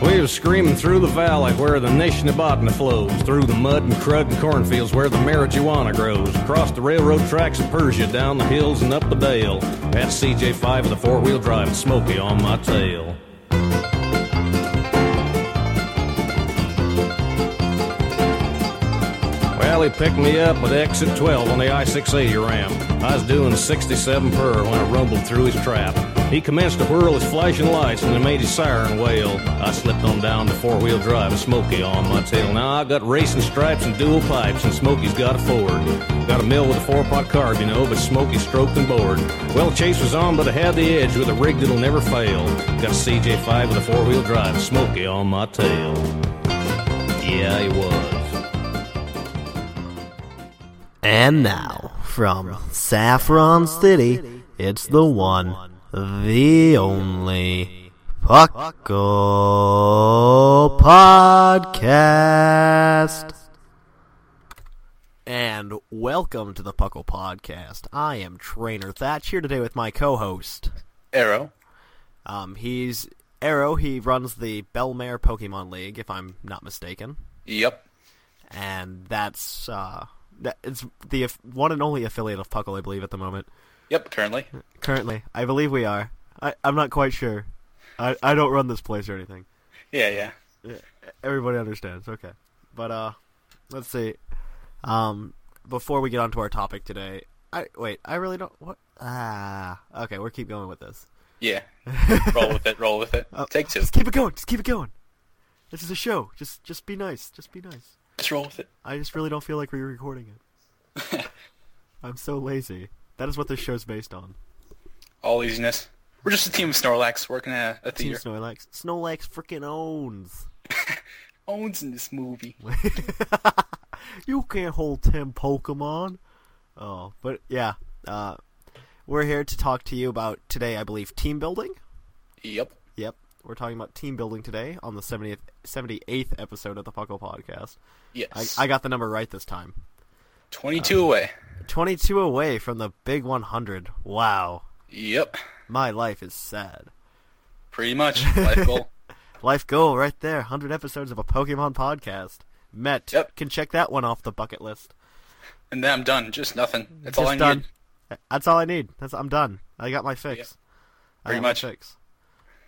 We was screaming through the valley where the nation of botany flows, through the mud and crud and cornfields where the marijuana grows, across the railroad tracks of Persia, down the hills and up the dale. That's CJ5 with a four wheel drive and Smokey on my tail. Well, he picked me up at exit 12 on the I 680 ramp. I was doing 67 per when I rumbled through his trap. He commenced to whirl his flashing lights and he made his siren wail. I slipped on down to four wheel drive and Smokey on my tail. Now I got racing stripes and dual pipes, and Smokey's got a Ford. Got a mill with a four pot carb, you know, but Smokey stroked and bored. Well, Chase was on, but I had the edge with a rig that'll never fail. Got a CJ5 with a four wheel drive, and Smokey on my tail. Yeah, he was. And now, from Saffron City, it's the one, the only Puckle Podcast. And welcome to the Puckle Podcast. I am Trainer Thatch here today with my co-host. Arrow. Um, he's Arrow. He runs the Belmare Pokemon League, if I'm not mistaken. Yep. and that's uh, that it's the aff- one and only affiliate of Puckle, I believe, at the moment. Yep. Currently. Currently, I believe we are. I, I'm not quite sure. I I don't run this place or anything. Yeah. Yeah. Everybody understands, okay. But uh, let's see. Um, before we get on to our topic today, I wait. I really don't. What? Ah, okay. We'll keep going with this. Yeah. roll with it. Roll with it. Oh. Take two. Just keep it going. Just keep it going. This is a show. Just just be nice. Just be nice. Just roll with it. I just really don't feel like re-recording it. I'm so lazy. That is what this show's based on. All easiness. We're just a team of Snorlax working at a Team theater. Snorlax. Snorlax freaking owns. Owns in this movie. You can't hold ten Pokemon. Oh, but yeah. Uh, we're here to talk to you about today. I believe team building. Yep. Yep, we're talking about team building today on the 70th, 78th episode of the Puckle Podcast. Yes. I, I got uh, the number right this time. Twenty-two away. 22 away from the big 100. Wow, Yep. my life is sad. Pretty much. Life goal. Life goal right there. 100 episodes of a Pokemon podcast. Met. Yep. Can check that one off the bucket list. And then I'm done. Just nothing. That's all Just I need. done. That's all I need. That's I'm done. I got my fix. I Pretty got my much. fix.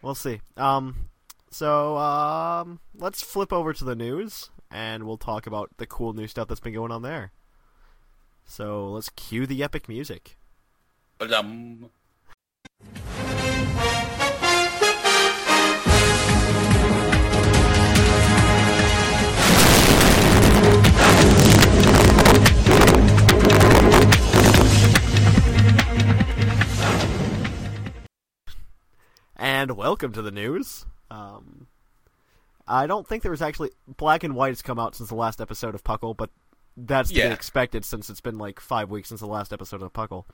We'll see. Um so um let's flip over to the news and we'll talk about the cool new stuff that's been going on there. So let's cue the epic music. But um. And welcome to the news. Um, I don't think there was actually Black and White has come out since the last episode of Puckle, but that's to be Yeah. expected since it's been like five weeks since the last episode of Puckle.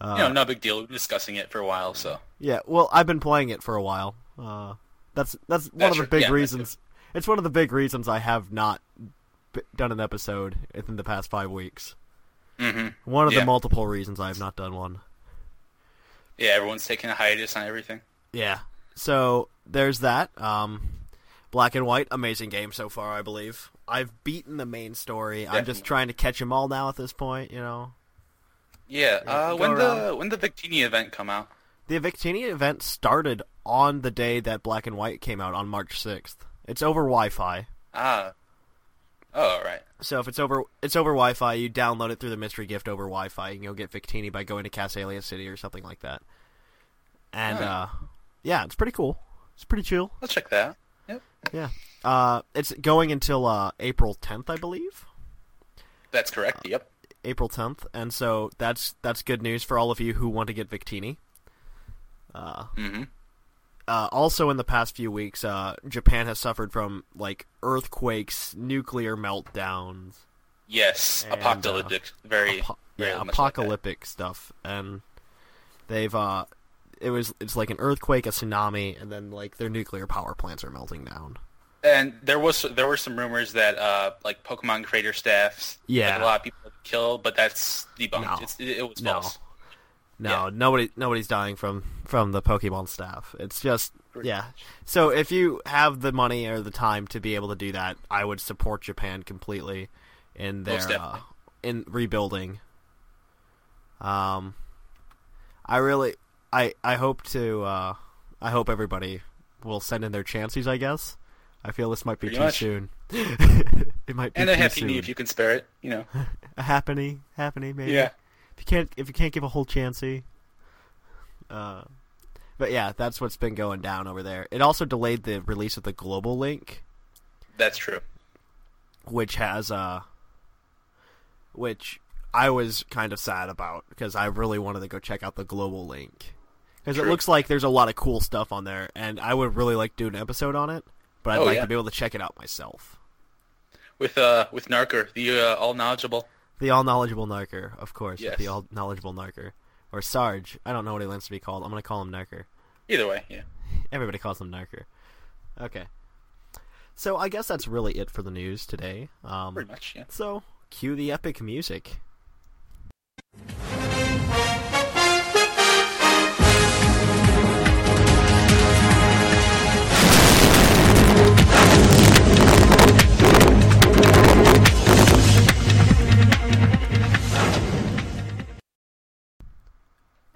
you Uh. know, no big deal. We've been discussing it for a while, so Yeah, well, I've been playing it for a while. Uh, that's that's one That's of the right. big Yeah, that's reasons. It's one of the big reasons I have not b- done an episode within the past five weeks. Mm-hmm. One of Yeah. the multiple reasons I have not done one. yeah, everyone's taking a hiatus on everything. Yeah. So there's that. Um, Black and White, amazing game so far, I believe. I've beaten the main story. I'm just Definitely. trying to catch them all now at this point. You know, Yeah. Yeah, uh, go when the around. when the Victini event come out? the Victini event started on the day that Black and White came out on March 6th. It's over Wi-Fi. Ah. Oh, all right. So if it's over, it's over Wi-Fi. You download it through the mystery gift over Wi-Fi. You can go get Victini by going to Casalia City or something like that. And uh, yeah, it's pretty cool. It's pretty chill. Let's check that. out. Yep. Yeah, uh, it's going until uh, April 10th, I believe. That's correct. Yep. April 10th, and so that's that's good news for all of you who want to get Victini. Uh, hmm uh, also, in the past few weeks, uh, Japan has suffered from like earthquakes, nuclear meltdowns, Yes, And, uh, apocalyptic. very, apo- very yeah, much like that. apocalyptic stuff, and they've uh, it was it's like an earthquake, a tsunami, and then like their nuclear power plants are melting down. And there was there were some rumors that uh, like Pokemon creator staffs, Yeah. like a lot of people killed, but that's debunked. No. It's, it, it was No. false. No, Yeah. nobody nobody's dying from from the Pokemon staff. It's just yeah. So if you have the money or the time to be able to do that, I would support Japan completely in their Most uh, definitely. in rebuilding. Um, I really I I hope to uh, I hope everybody will send in their chances. I guess I feel this might be Pretty too much. soon. it might be And too a happy soon. new if you can spare it, you know. a happening happening maybe Yeah. if you can't if you can't give a whole chancy. Uh, but yeah, that's what's been going down over there. It also delayed the release of the global link, That's true. which has uh, which I was kind of sad about because I really wanted to go check out the global link because it True. looks like there's a lot of cool stuff on there, and I would really like to do an episode on it, but I'd Oh, like yeah. to be able to check it out myself. With uh with Narker, the uh, all knowledgeable. The all knowledgeable narker, of course, with the Yes. all knowledgeable narker or Sarge. I don't know what he wants to be called. I'm gonna call him narker. Either way, yeah. Everybody calls him Narker. Okay. So I guess that's really it for the news today. Um, Pretty much, yeah. so cue the epic music.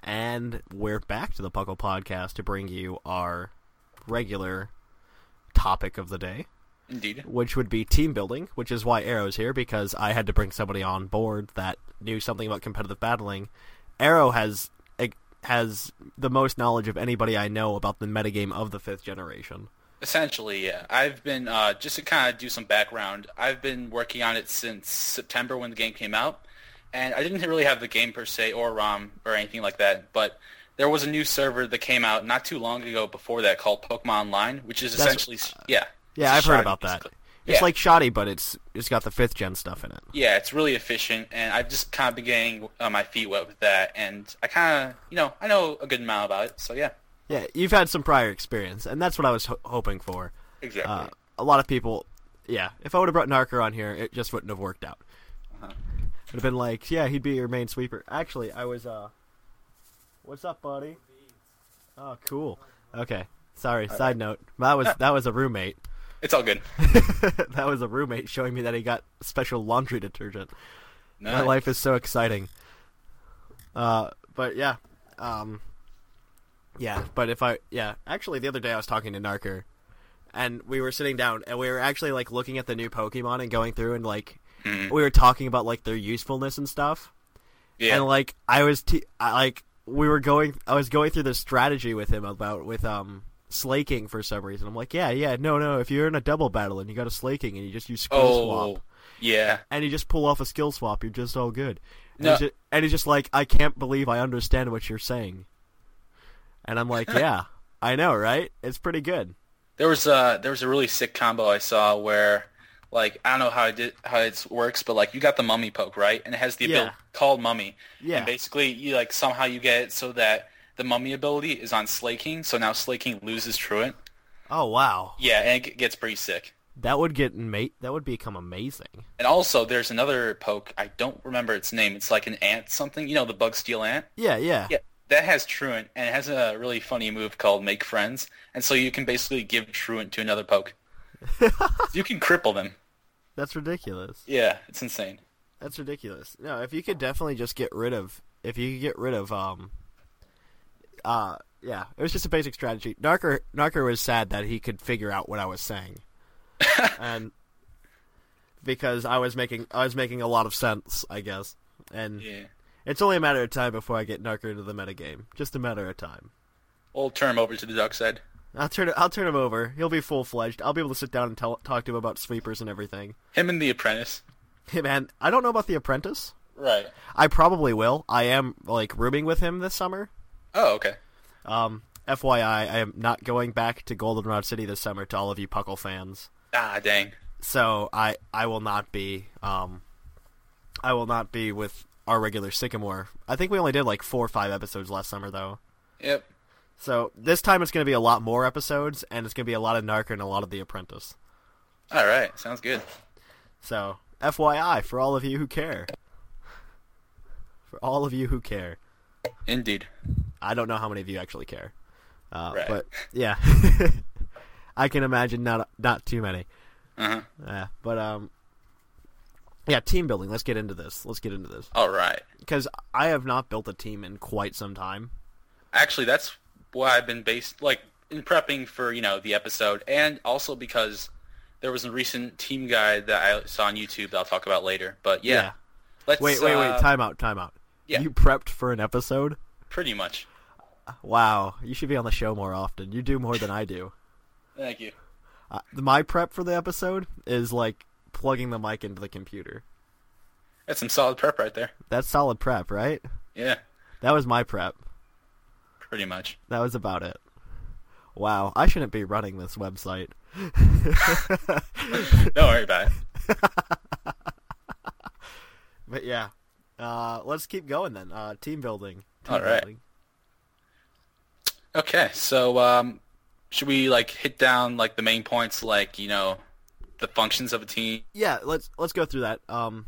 And we're back to the Puckle Podcast to bring you our regular topic of the day, Indeed. which would be team building, which is why Arrow's here because I had to bring somebody on board that knew something about competitive battling. Arrow has has the most knowledge of anybody I know about the metagame of the fifth generation. Essentially, yeah. I've been uh, just to kind of do some background. I've been working on it since September when the game came out, and I didn't really have the game per se or ROM or anything like that. But there was a new server that came out not too long ago before that called Pokemon Online, which is That's- essentially yeah. Yeah, I've It's heard shoddy, about that. basically. It's Yeah. like shoddy, but it's it's got the fifth gen stuff in it. Yeah, it's really efficient, and I've just kind of been getting uh, my feet wet with that, and I kind of, you know, I know a good amount about it, so yeah, Yeah, you've had some prior experience, and that's what I was ho- hoping for. exactly. Uh, a lot of people, yeah. If I would have brought Narker on here, it just wouldn't have worked out. It'd have been like, yeah, he'd be your main sweeper. Actually, I was. uh What's up, buddy? Oh, cool. Okay. Sorry. Side note. That was that was a roommate. It's all good. that was a roommate showing me that he got special laundry detergent. My Nice. life is so exciting. Uh, but yeah, um, yeah. But if I, yeah, actually, the other day I was talking to Narker, and we were sitting down, and we were actually like looking at the new Pokemon and going through, and like Mm. we were talking about like their usefulness and stuff, Yeah, and like I was, t- I, like we were going, I was going through this strategy with him about with um. Slaking for some reason. I'm like, yeah, yeah, no, no. If you're in a double battle and you got a slaking and you just use skill oh, swap, yeah. and you just pull off a skill swap, you're just all good. And, No. he's just, and he's just like, I can't believe I understand what you're saying. And I'm like, yeah, I know, right? It's pretty good. There was a there was a really sick combo I saw where like I don't know how it did how it works, but like you got the mummy poke right, and it has the Yeah. ability called mummy. Yeah. And basically, you like somehow you get it so that the mummy ability is on slaking, so now slaking loses truant. Oh wow, Yeah, and it g- gets pretty sick. that would get ma- that would become amazing. And also, there's another poke. I don't remember its name. It's like an ant something. You know, the bug steel ant. Yeah, yeah, Yeah, that has truant, and it has a really funny move called make friends. And so you can basically give truant to another poke. you can cripple them. That's ridiculous. Yeah, it's insane. That's ridiculous. No, if you could definitely just get rid of, if you could get rid of, um, uh, yeah, it was just a basic strategy. Narker, Narker was sad that he could figure out what I was saying, and because I was making, I was making a lot of sense, I guess. And Yeah. it's only a matter of time before I get Narker into the metagame. Just a matter of time. We'll turn him over to the dark side. I'll turn, I'll turn him over. He'll be full fledged. I'll be able to sit down and tell, talk to him about sweepers and everything. Him and the apprentice. Hey man, I don't know about the apprentice. Right. I probably will. I am like rooming with him this summer. Oh, okay. Um, FYI, I am not going back to Goldenrod City this summer to all of you Puckle fans. Ah, dang. So I I will not be um, I will not be with our regular Sycamore. I think we only did like four or five episodes last summer though. Yep. So this time it's going to be a lot more episodes, and it's going to be a lot of Narker and a lot of The Apprentice. All right. Sounds good. So FYI for all of you who care, for all of you who care. Indeed. I don't know how many of you actually care, uh, Right. but yeah, I can imagine not not too many. Uh-huh. Yeah, but um, yeah, team building. Let's get into this. Let's get into this All right. because I have not built a team in quite some time. Actually, that's why I've been based like in prepping for you know the episode, and also because there was a recent team guide that I saw on YouTube that I'll talk about later. But yeah, Yeah. let's Wait, wait, wait. uh, Time out. Time out. yeah. You prepped for an episode. Pretty much. Wow, you should be on the show more often. You do more than I do. Thank you. Uh, my prep for the episode is like plugging the mic into the computer. That's some solid prep right there. That's solid prep, right? Yeah, That was my prep. pretty much. That was about it. Wow, I shouldn't be running this website. Don't worry about it. But yeah, uh, let's keep going then. Uh, team building. Team All right. building. Okay, so um, should we like hit down like the main points, like you know, the functions of a team? Yeah, let's let's go through that. Um,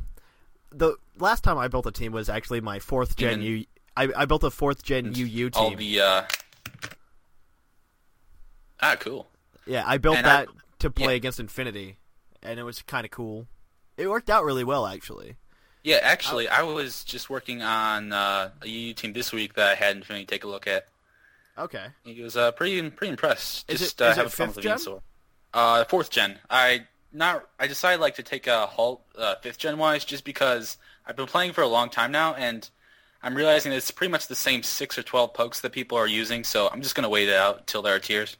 the last time I built a team was actually my fourth gen Even- U. I, I built a fourth gen UU team. All the uh... ah, cool. Yeah, I built And I- that to play yeah. against Infinity, and it was kind of cool. It worked out really well, actually. Yeah, actually, I was just working on uh, a UU team this week that I had Infinity take a look at. Okay. He was uh, pretty pretty impressed. Is it- Just is uh, it having fun fifth with the gen? Venusaur. Uh, fourth gen. I not. I decided like to take a halt uh, fifth gen wise, just because I've been playing for a long time now, and I'm realizing that it's pretty much the same six or twelve pokes that people are using. So I'm just gonna wait it out till there are tiers.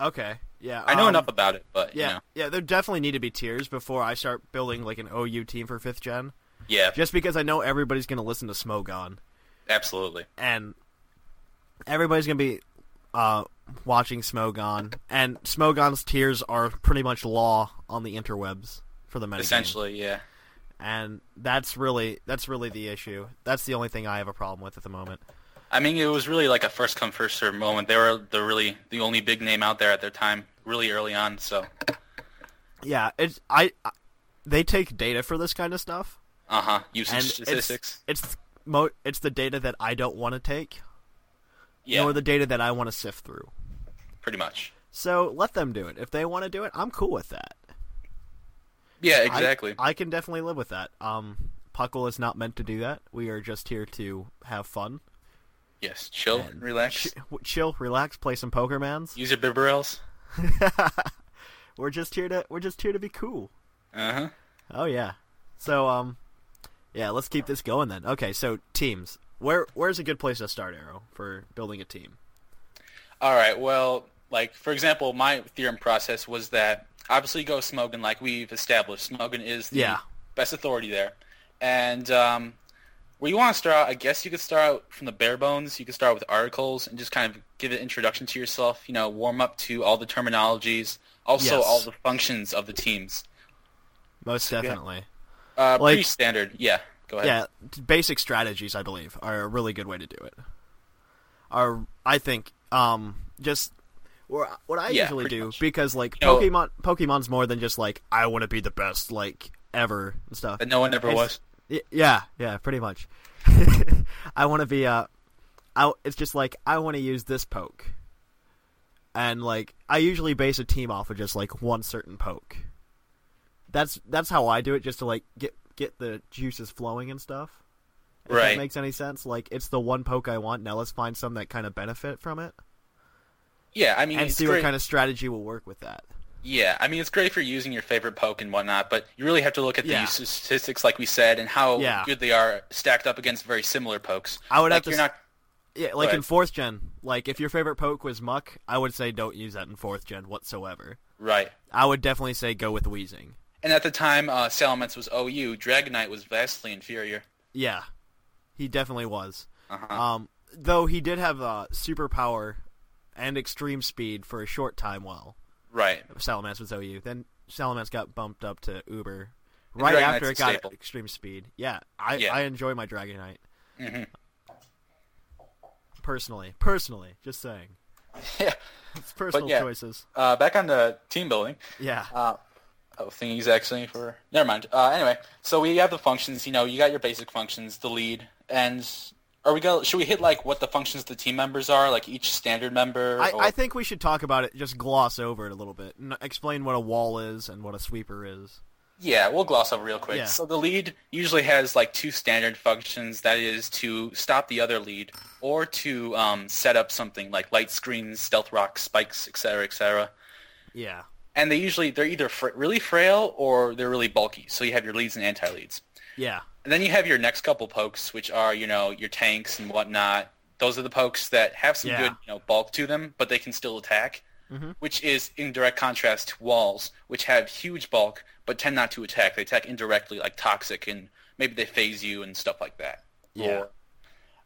Okay. Yeah. I know um, enough about it, but Yeah, you know, yeah. There definitely need to be tiers before I start building like an OU team for fifth gen. yeah, Just because I know everybody's going to listen to Smogon, absolutely. and everybody's going to be uh, watching Smogon, and Smogon's tiers are pretty much law on the interwebs for the metagame. Essentially, yeah. and that's really that's really the issue. That's the only thing I have a problem with at the moment. I mean, it was really like a first come first serve moment. They were the really the only big name out there at their time, really early on. So, Yeah, it's I. I they take data for this kind of stuff, uh huh, usage and statistics. it's it's mo- it's the data that I don't want to take, Yeah, nor the data that I want to sift through. pretty much. So let them do it. If they want to do it, I'm cool with that. Yeah, I- exactly. I, can definitely live with that. Um, Puckle is not meant to do that. We are just here to have fun, yes, chill, relax, Ch- chill, relax, play some poker mans. use your bibberells. We're just here to we're just here to be cool. Uh huh. Oh yeah. So um, yeah, let's keep this going then. Okay, so teams. Where where's a good place to start, Arrow, for building a team? All right. Well, like for example, my theorem process was that obviously go Smogon, like we've established. Smogon is the Yeah. best authority there, and um, where you want to start out, I guess you could start out from the bare bones. You could start with articles and just kind of give an introduction to yourself. You know, warm up to all the terminologies, also Yes. all the functions of the teams. Most definitely. Uh, Like- pretty standard. Yeah. Go ahead. Yeah, t- basic strategies, I believe, are a really good way to do it. Are I think um just or what I Yeah, usually pretty do much. because like You know- Pokemon Pokemon's more than just like I want to be the best like ever and stuff. That no one ever It's- was. Y- Yeah, yeah, pretty much. I want to be uh, I it's just like I want to use this poke, and like I usually base a team off of just like one certain poke. That's that's how I do it, just to like get get the juices flowing and stuff. If Right. that makes any sense. Like it's the one poke I want. Now let's find some that kind of benefit from it Yeah. I mean, and it's see great. what kind of strategy will work with that. Yeah, I mean it's great for using your favorite poke and whatnot, but you really have to look at the Yeah. usage statistics, like we said, and how Yeah. good they are stacked up against very similar pokes. I would like have to You're s- not, Yeah, like Right. in fourth gen, like if your favorite poke was muck, I would say don't use that in fourth gen whatsoever. right, I would definitely say go with wheezing. And at the time, uh, Salamence was OU. Dragonite was vastly inferior. Yeah, he definitely was. Uh-huh. Um, though he did have uh, superpower and extreme speed for a short time while Right. Salamence was OU. Then Salamence got bumped up to Uber right Dragonite's after a it got staple. extreme speed. Yeah, I, Yeah. Mm-hmm. I enjoy my Dragonite. Personally, personally, just saying. Yeah. It's personal yeah. choices. Uh, back on the team building. Yeah. Oh, thingies actually for. Never mind. Uh, anyway, so we have the functions. You know, you got your basic functions, the lead, and are we go? Should we hit like what the functions the team members are, like each standard member? I, or- I think we should talk about it, just gloss over it a little bit, and explain what a wall is and what a sweeper is. Yeah, we'll gloss over real quick. Yeah. So the lead usually has like two standard functions. That is to stop the other lead or to um, set up something like light screens, stealth rocks, spikes, etc., etc. Yeah. And they usually they're either fr- really frail or they're really bulky. So you have your leads and anti-leads. Yeah. And then you have your next couple pokes, which are you know your tanks and whatnot. Those are the pokes that have some Yeah. Mm-hmm. good you know bulk to them, but they can still attack. Which is in direct contrast to walls, which have huge bulk but tend not to attack. They attack indirectly, like toxic, and maybe they phase you and stuff like that. Yeah. Or-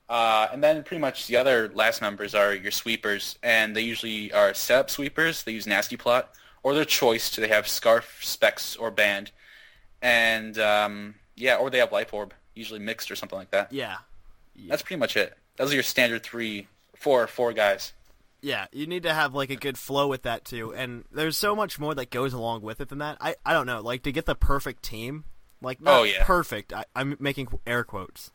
uh, and then pretty much the other last members are your sweepers, and they usually are setup sweepers. They use nasty plot, or their choice. They have scarf, specs, or band, and um, yeah, or they have life orb, usually mixed or something like that. Yeah. That's pretty much it. Those are your standard three, four, four guys. Yeah. You need to have like a good flow with that too, and there's so much more that goes along with it than that. I, I don't know, like to get the perfect team, like not Oh, yeah. perfect. I, I'm making qu- air quotes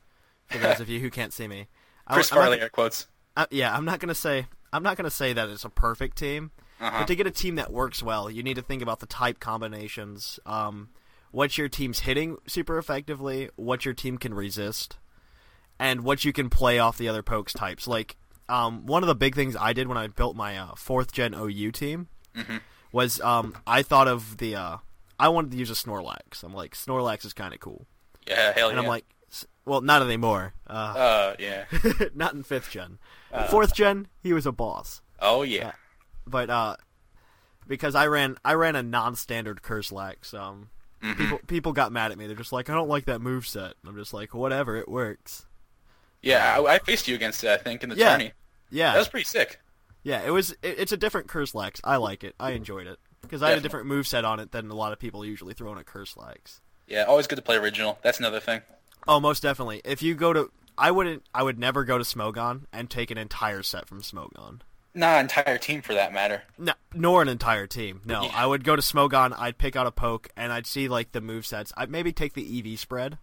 for those of you who can't see me. I, Chris I'm not Farley gonna- air quotes. uh, yeah, I'm not gonna say I'm not gonna say that it's a perfect team, but to get a team that works well, you need to think about the type combinations. Um, what your team's hitting super effectively, what your team can resist, and what you can play off the other pokes types. Like um, one of the big things I did when I built my uh, fourth gen OU team was um, I thought of the uh, I wanted to use a Snorlax. I'm like Snorlax is kind of cool, Yeah, hell and yeah. I'm like, s- well, not anymore. Uh, uh, yeah. not in fifth gen. Fourth gen, he was a boss, Oh yeah. but uh, because I ran I ran a non-standard Curslax, um, people people got mad at me. They're just like, I don't like that move set. I'm just like, whatever, it works. Yeah, I, I faced you against it. I think in the Yeah, tourney. yeah, That was pretty sick. yeah. It was it, it's a different Curslax. I like it. I enjoyed it because I had a Definitely. different move set on it than a lot of people usually throw on a Curslax. Yeah, always good to play original. That's another thing. Oh, most definitely. If you go to, I wouldn't. I would never go to Smogon and take an entire set from Smogon. Not an entire team for that matter. No, nor an entire team. No, Yeah. I would go to Smogon. I'd pick out a poke, and I'd see like the move sets. I'd maybe take the EV spread.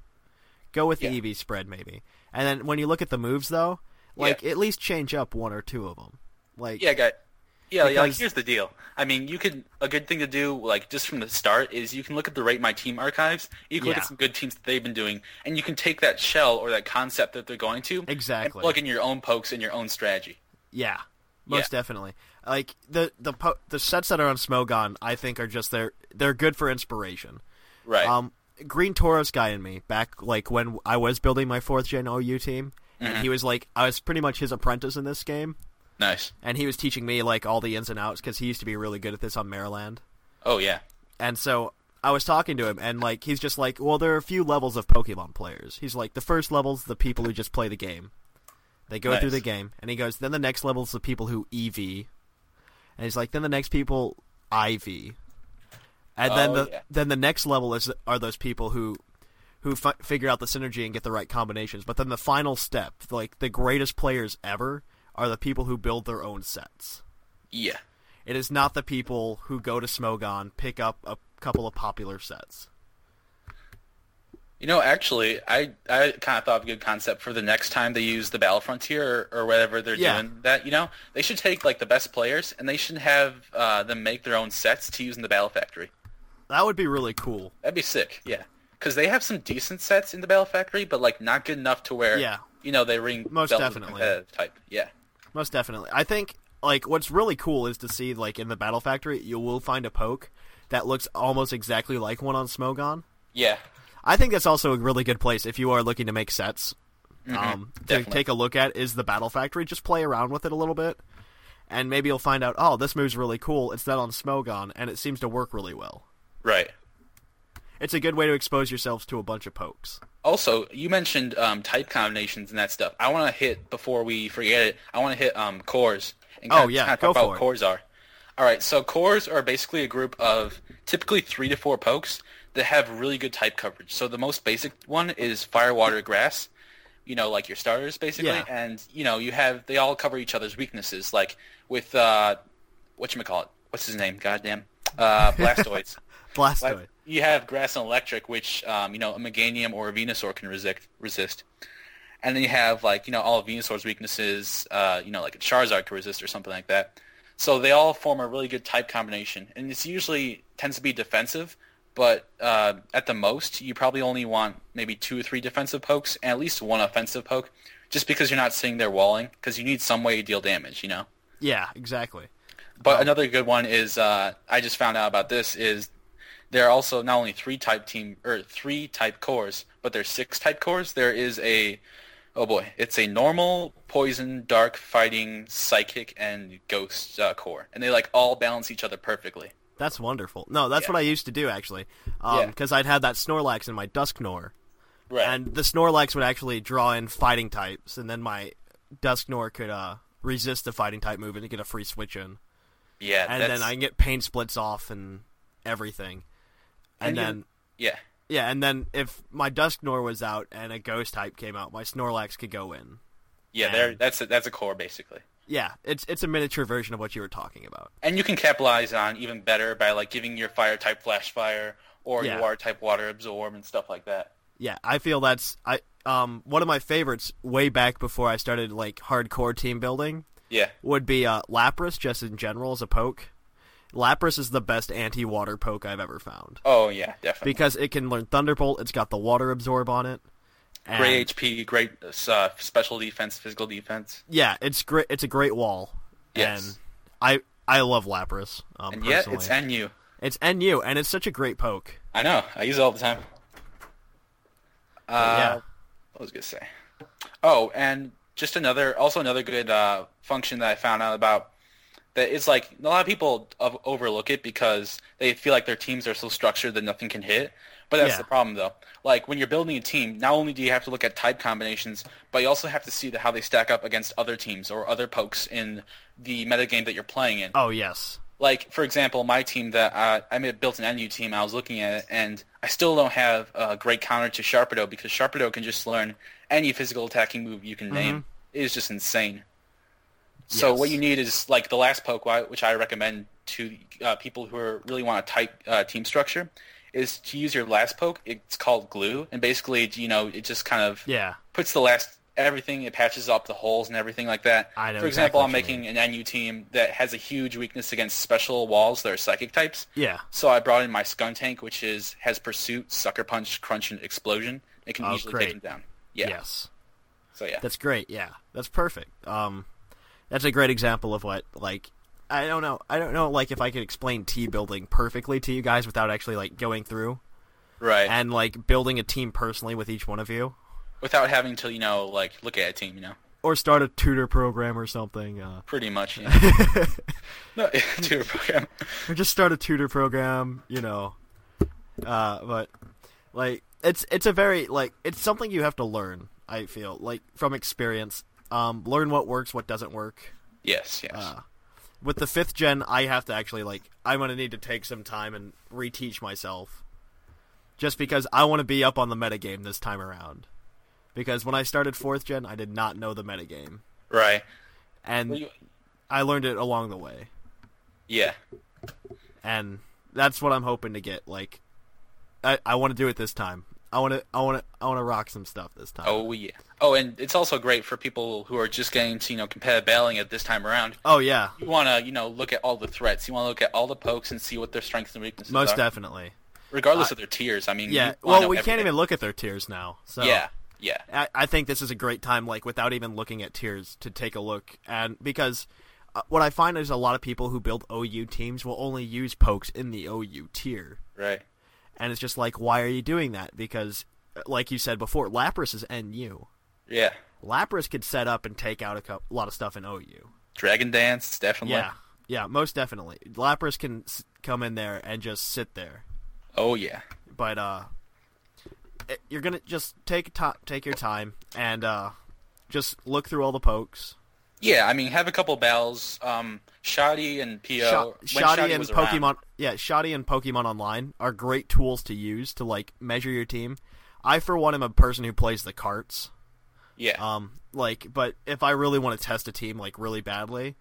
Go with the Yeah. EV spread, maybe. And then when you look at the moves, though, like Yeah. at least change up one or two of them. Like, Yeah, guy. Yeah, yeah, like Because- here's the deal. I mean, you could a good thing to do, like just from the start, is you can look at the rate my team archives. You can look Yeah. at some good teams that they've been doing, and you can take that shell or that concept that they're going to, Exactly. and plug in your own pokes and your own strategy. yeah, most Yeah. definitely. Like the the po- the sets that are on Smogon, I think are just they're they're good for inspiration. Right. Um, Green Tauros guy and me back like when I was building my fourth gen OU team, Mm-hmm. and he was like I was pretty much his apprentice in this game. nice. and he was teaching me like all the ins and outs because he used to be really good at this on Maryland. Oh yeah. And so I was talking to him, and like he's just like, well, there are a few levels of Pokemon players. He's like, the first level's the people who just play the game, they go Nice. through the game, and he goes, then the next level's the people who EV, and he's like, then the next people IV, and then Oh, the yeah. then the next level is are those people who who fi- figure out the synergy and get the right combinations. But then the final step, like the greatest players ever, are the people who build their own sets. Yeah. It is not the people who go to Smogon pick up a couple of popular sets. You know, actually, I I kind of thought of a good concept for the next time they use the Battle Frontier or, or whatever they're Yeah. doing that. You know, they should take like the best players and they should have uh, them make their own sets to use in the Battle Factory. That would be really cool. That'd be sick, yeah. Because they have some decent sets in the Battle Factory, but like not good enough to where Yeah. you know they ring Most bells with definitely. competitive type. Yeah, Most definitely. I think like what's really cool is to see like in the Battle Factory, you will find a poke that looks almost exactly like one on Smogon. yeah, I think that's also a really good place if you are looking to make sets. um, to Mm-hmm. definitely. take a look at is the Battle Factory. Just play around with it a little bit, and maybe you'll find out. Oh, this move's really cool. It's that on Smogon, and it seems to work really well. right. it's a good way to expose yourselves to a bunch of pokes. Also, you mentioned um, type combinations and that stuff. I want to hit before we forget it. I want to hit um, cores and Oh, kind yeah, kind of go talk about for what it. cores are. All right, so cores are basically a group of typically three to four pokes that have really good type coverage. So the most basic one is fire, water, grass. You know, like your starters basically, Yeah. and you know you have they all cover each other's weaknesses. Like with uh, what you call it? What's his name? Goddamn, uh, Blastoise. Blastoid. Like, you have grass and electric, which um, you know a Meganium or a Venusaur can resist. Resist, and then you have like you know all of Venusaur's weaknesses. Uh, you know like a Charizard can resist or something like that. So they all form a really good type combination, and it's usually tends to be defensive. But uh, at the most, you probably only want maybe two or three defensive pokes and at least one offensive poke, just because you're not sitting there walling, because you need some way to deal damage, you know. Yeah, exactly. But another good one is uh, I just found out about this is there are also not only three type team or three type cores, but there's six type cores. There is a oh boy, it's a normal, poison, dark, fighting, psychic, and ghost uh, core, and they like all balance each other perfectly. That's wonderful. No, that's Yeah. what I used to do actually, Yeah. because I'd had that Snorlax in my Dusknor, Right. and the Snorlax would actually draw in fighting types, and then my Dusknor could uh, resist the fighting type move and get a free switch in, yeah. and that's- then I can get pain splits off and everything, and, And you- then. yeah. Yeah, and then if my Dusknor was out and a Ghost type came out, my Snorlax could go in. Yeah, there. That's a, that's a core basically, Yeah, it's it's a miniature version of what you were talking about. and you can capitalize on even better by like giving your fire type flash fire or Yeah. your water type water absorb and stuff like that. Yeah, I feel that's I um one of my favorites way back before I started like hardcore team building Yeah. would be uh Lapras just in general as a poke. Lapras is the best anti-water poke I've ever found Oh yeah, definitely. because it can learn Thunderbolt. It's got the water absorb on it. and- Great HP, great uh, special defense, physical defense. Yeah, it's great. It's a great wall. Yes. And I I love Lapras. Um, And yet personally. it's NU. It's NU, and it's such a great poke. I know. I use it all the time. Uh, yeah. What was I gonna say? Oh, and just another, also another good uh, function that I found out about that is like a lot of people of- overlook it because they feel like their teams are so structured that nothing can hit. But that's Yeah. the problem though. Like when you're building a team, not only do you have to look at type combinations, but you also have to see the, how they stack up against other teams or other pokes in the metagame that you're playing in. Oh yes. like for example, my team that uh, I made built an NU team. I was looking at it, and I still don't have a great counter to Sharpedo because Sharpedo can just learn any physical attacking move you can name. It is just insane. So Yes. what you need is like the last poke, whi- which I recommend to uh, people who are, really want a tight uh, team structure, is to use your last poke. It's called glue, and basically, you know, it just kind of Yeah. puts the last everything. It patches up the holes and everything like that. I know For exactly example, what I'm you making an NU team that has a huge weakness against special walls that are psychic types. Yeah. So I brought in my Skun Tank, which is has pursuit, sucker punch, crunch, and explosion. It can Oh, easily great. take him down. Yeah. Yes. So yeah. That's great. Yeah. That's perfect. Um that's a great example of what like I don't know. I don't know like if I could explain T building perfectly to you guys without actually like going through right. and like building a team personally with each one of you Without having to you know like look at a team, you know, or start a tutor program or something. Uh pretty much. Yeah. no, to your program. or just start a tutor program, you know. Uh, but like it's it's a very like it's something you have to learn. I feel like from experience, um, learn what works, what doesn't work. Yes. Yes. Ah. With the fifth gen, I have to actually like I'm gonna need to take some time and reteach myself, just because I want to be up on the metagame this time around. Because when I started fourth gen, I did not know the metagame, right. and Well, you- I learned it along the way. yeah. and that's what I'm hoping to get. Like, I, I want to do it this time. I want to I want to I want to rock some stuff this time. Oh yeah. Oh, and it's also great for people who are just getting to you know competitive battling at this time around. oh yeah, you want to you know look at all the threats. You want to look at all the pokes and see what their strengths and weaknesses most are, definitely. regardless of their tiers. I mean, you Yeah. wanna Well, know we can't everything. even look at their tiers now. So Yeah, yeah, I, I think this is a great time, like without even looking at tiers, to take a look and because. uh, What I find is a lot of people who build OU teams will only use pokes in the OU tier, right. and it's just like, why are you doing that? Because, uh, like you said before, Lapras is NU. Yeah, Lapras could set up and take out a, cou- a lot of stuff in OU. Dragon Dance definitely. Yeah, yeah, most definitely. Lapras can s- come in there and just sit there Oh yeah. but uh, it- you're gonna just take ti take your time and uh, just look through all the pokes. Yeah, I mean, have a couple battles. Um, Shoddy and PO. Sho- when Shoddy and was around- Pokemon, yeah, Shoddy and Pokemon Online are great tools to use to like measure your team. I, for one, am a person who plays the carts. Yeah. Um, like, but if I really want to test a team like really badly,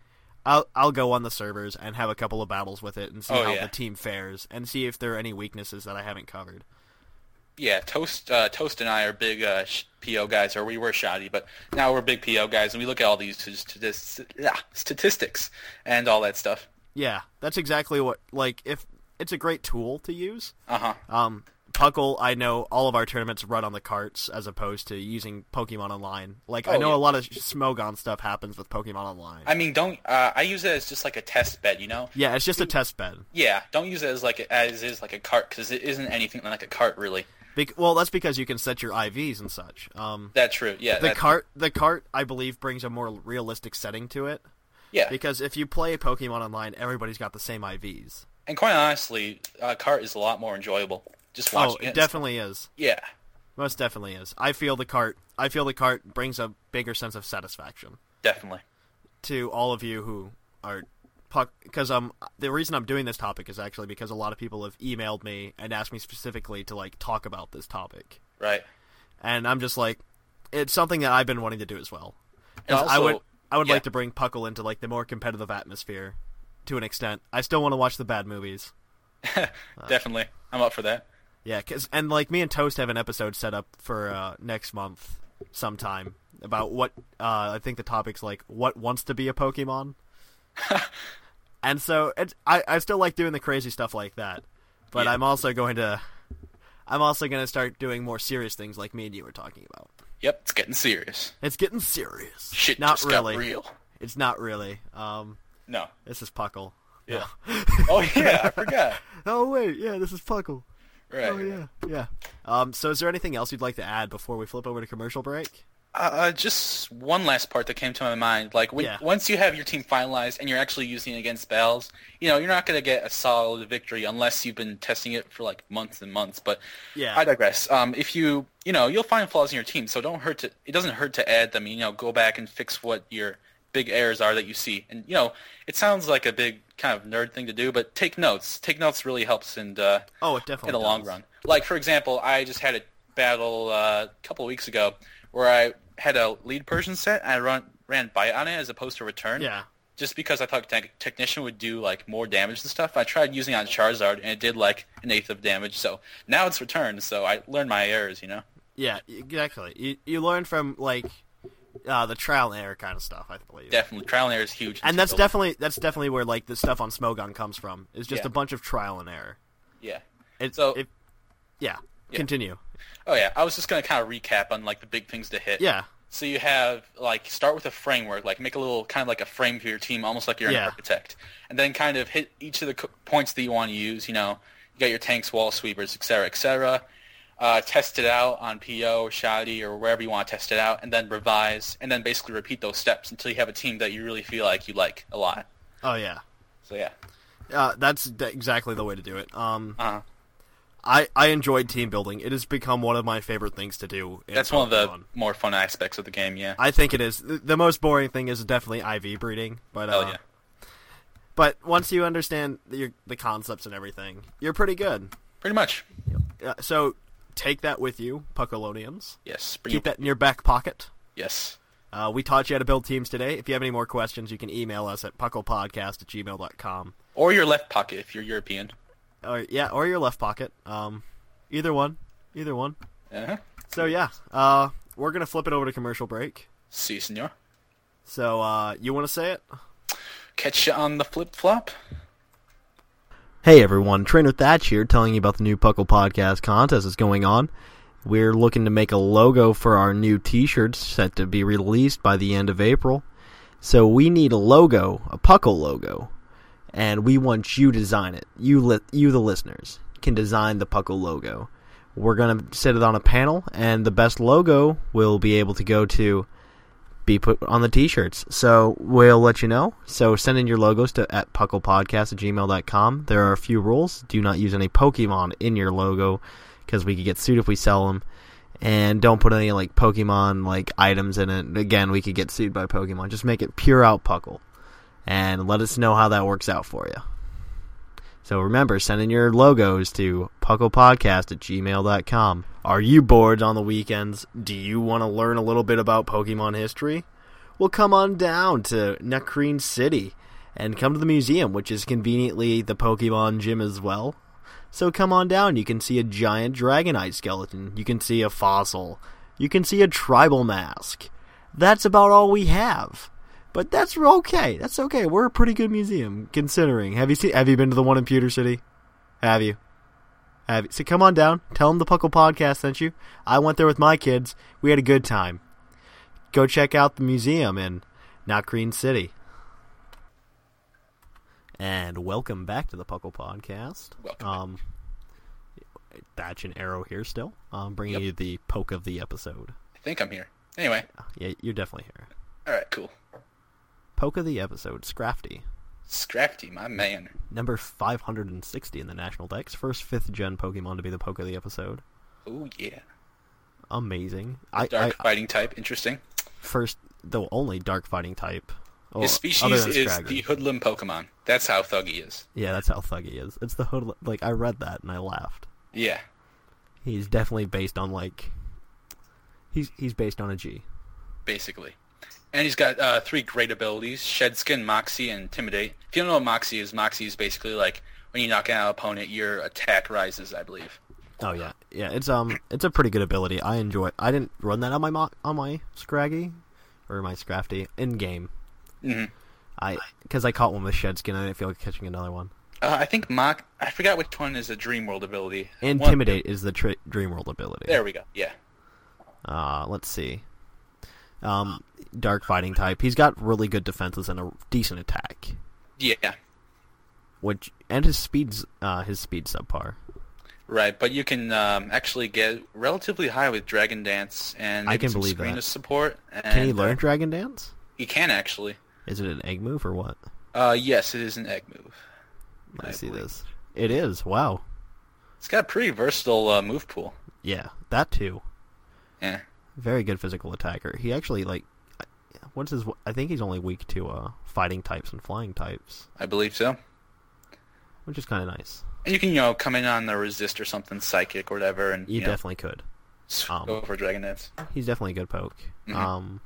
I'll I'll go on the servers and have a couple of battles with it and see Oh, how yeah. the team fares and see if there are any weaknesses that I haven't covered. yeah, Toast uh, Toast and I are big uh, sh- PO guys, or we were shoddy, but now we're big PO guys, and we look at all these statis- yeah, statistics and all that stuff. Yeah, that's exactly what like if it's a great tool to use. Uh huh. Um, Puckle, I know all of our tournaments run on the carts as opposed to using Pokemon Online. Like I Oh, know yeah. a lot of Smogon stuff happens with Pokemon Online. I mean, don't. Uh, I use it as just like a test bed, you know. yeah, it's just a test bed. Yeah, don't use it as like a, as is like a cart because it isn't anything like a cart really. Bec- well, that's because you can set your IVs and such. Um, That's true. Yeah, the that's- cart, the cart, I believe brings a more realistic setting to it Yeah, because if you play Pokemon Online, everybody's got the same IVs. and quite honestly, uh, cart is a lot more enjoyable. Just Oh, watching it and definitely is. stuff. Yeah, Most definitely is. I feel the cart. I feel the cart brings a bigger sense of satisfaction. definitely. to all of you who are because um the reason I'm doing this topic is actually because a lot of people have emailed me and asked me specifically to like talk about this topic, Right. and I'm just like, it's something that I've been wanting to do as well. 'Cause And I also- would I would yeah. like to bring Puckle into like the more competitive atmosphere, to an extent. I still want to watch the bad movies. definitely. I'm up for that. Yeah, 'cause- and like me and Toast have an episode set up for uh, next month sometime about what uh, I think the topic's like what wants to be a Pokemon. and so it's I, I still like doing the crazy stuff like that, but Yeah. I'm also going to I'm also going to start doing more serious things like me and you were talking about. Yep, it's getting serious. It's getting serious. Shit not just really. got real. It's not really. Um, No. this is Puckle. Yeah. oh yeah, I forgot. Oh wait, yeah, this is Puckle. Right. Oh yeah, yeah. Um, so is there anything else you'd like to add before we flip over to commercial break? Uh, uh, just one last part that came to my mind. Like when, Yeah. once you have your team finalized and you're actually using it against battles, you know you're not going to get a solid victory unless you've been testing it for like months and months. But Yeah. I digress. Um, if you you know you'll find flaws in your team, so don't hurt to. It doesn't hurt to add them. You know, go back and fix what your big errors are that you see. And you know, it sounds like a big kind of nerd thing to do, but take notes. Take notes really helps and uh, Oh, it definitely in the long does. run. Like for example, I just had a battle uh, a couple of weeks ago where I had a lead Persian set. I run ran bite on it as opposed to return. Yeah. Just because I thought tech technician would do like more damage and stuff, I tried using it on Charizard and it did like an eighth of damage. So now it's returned. So I learned my errors. You know. Yeah, exactly. You you learn from like uh, the trial and error kind of stuff, I believe. Definitely, trial and error is huge. in and that's Smogon. definitely that's definitely where like the stuff on Smogon comes from. It's just Yeah. a bunch of trial and error. yeah. It, So- it- yeah, continue. Oh yeah, I was just gonna kind of recap on like the big things to hit. Yeah. So you have like start with a framework, like make a little kind of like a frame for your team, almost like you're Yeah. an architect, and then kind of hit each of the co- points that you want to use. You know, you got your tanks, wall sweepers, etc., etc. Uh, test it out on PO or Shoddy or wherever you want to test it out, and then revise, and then basically repeat those steps until you have a team that you really feel like you like a lot. Oh yeah, So yeah, uh, that's d- exactly the way to do it. Um, uh, I I enjoyed team building. It has become one of my favorite things to do. in that's one of the Pokemon. more fun aspects of the game. Yeah. I think it is the the most boring thing is definitely IV breeding, but Hell uh, Oh, yeah. but once you understand the, your, the concepts and everything, you're pretty good. Pretty much. Uh, so take that with you, Puckalonians. Yes. Bring Keep it- that in your back pocket. Yes. Uh, we taught you how to build teams today. If you have any more questions, you can email us at pucklepodcast at gmail.com. Or your left pocket if you're European. Or, yeah, or your left pocket. Um, either one. Either one. Uh-huh. So, yeah, uh, we're going to flip it over to commercial break. Si, senor. So, uh, you want to say it? Catch you on the flip flop. Hey everyone, Trainer Thatch here telling you about the new Puckle Podcast contest that's going on. We're looking to make a logo for our new t shirts set to be released by the end of April. So we need a logo, a Puckle logo, and we want you to design it. You, li- you the listeners, can design the Puckle logo. We're going to set it on a panel, and the best logo will be able to go to be put on the t-shirts. So we'll let you know. So send in your logos to at pucklepodcast at gmail.com. There are a few rules. Do not use any Pokemon in your logo because we could get sued if we sell them. And don't put any like Pokemon like items in it. Again, we could get sued by Pokemon. Just make it pure out Puckle, and let us know how that works out for you. So remember, send in your logos to pucklepodcast at gmail.com. Are you bored on the weekends? Do you want to learn a little bit about Pokemon history? Well, come on down to Nakreen City and come to the museum, which is conveniently the Pokemon gym as well. So come on down. You can see a giant Dragonite skeleton. You can see a fossil. You can see a tribal mask. That's about all we have. But that's okay. That's okay. We're a pretty good museum considering. Have you seen? Have you been to the one in Pewter City? Have you? Have you? So come on down. Tell them the Puckle Podcast sent you. I went there with my kids. We had a good time. Go check out the museum in Not Green City. And welcome back to the Puckle Podcast. Welcome Um, Thatch and Arrow here still, um, bringing Yep. you the poke of the episode. Uh, I think I'm here. Anyway, Yeah, you're definitely here. all right, cool. Poke of the episode, Scrafty. Scrafty, my man. number 560 in the national dex first fifth gen pokemon to be the poke of the episode Oh yeah, amazing I, I dark fighting type. Interesting. first the only dark fighting type Well, His other species than is Scraggy. the hoodlum Pokemon. That's how thuggy is. yeah that's how thuggy is it's the hood like i read that and i laughed Yeah, he's definitely based on like he's he's based on a g basically. And he's got uh, three great abilities: Shed Skin, Moxie, and Intimidate. If you don't know what Moxie is, Moxie is basically like when you knock out an opponent, your attack rises, I believe. oh yeah yeah it's um it's a pretty good ability i enjoy it i didn't run that on my mo- on my scraggy or my scrafty in game Mhm. i because i caught one with shed skin i didn't feel like catching another one Uh, I think Mock. I forgot which one is the Dream World ability. One- Intimidate is the tri- Dream World ability. there we go. Yeah. Uh, let's see. Um, dark fighting type. He's got really good defenses and a decent attack, Yeah. which and his speeds uh, his speed subpar. Right, but you can um, actually get relatively high with Dragon Dance and I maybe can some believe Serena that. support. And, Can he uh, learn Dragon Dance? He can actually. Is it an egg move or what? Uh, yes, it is an egg move. Let I me see believe. this. It is. Wow. It's got a pretty versatile uh, move pool. Yeah, that too. Yeah. Very good physical attacker. He actually like. What's his? I think he's only weak to uh, fighting types and flying types, I believe so. which is kind of nice. And you can, you know, come in on the resist or something, psychic or whatever, and You you, know, definitely could. s- um, go for Dragon Dance. He's definitely a good poke. Mm-hmm. Um,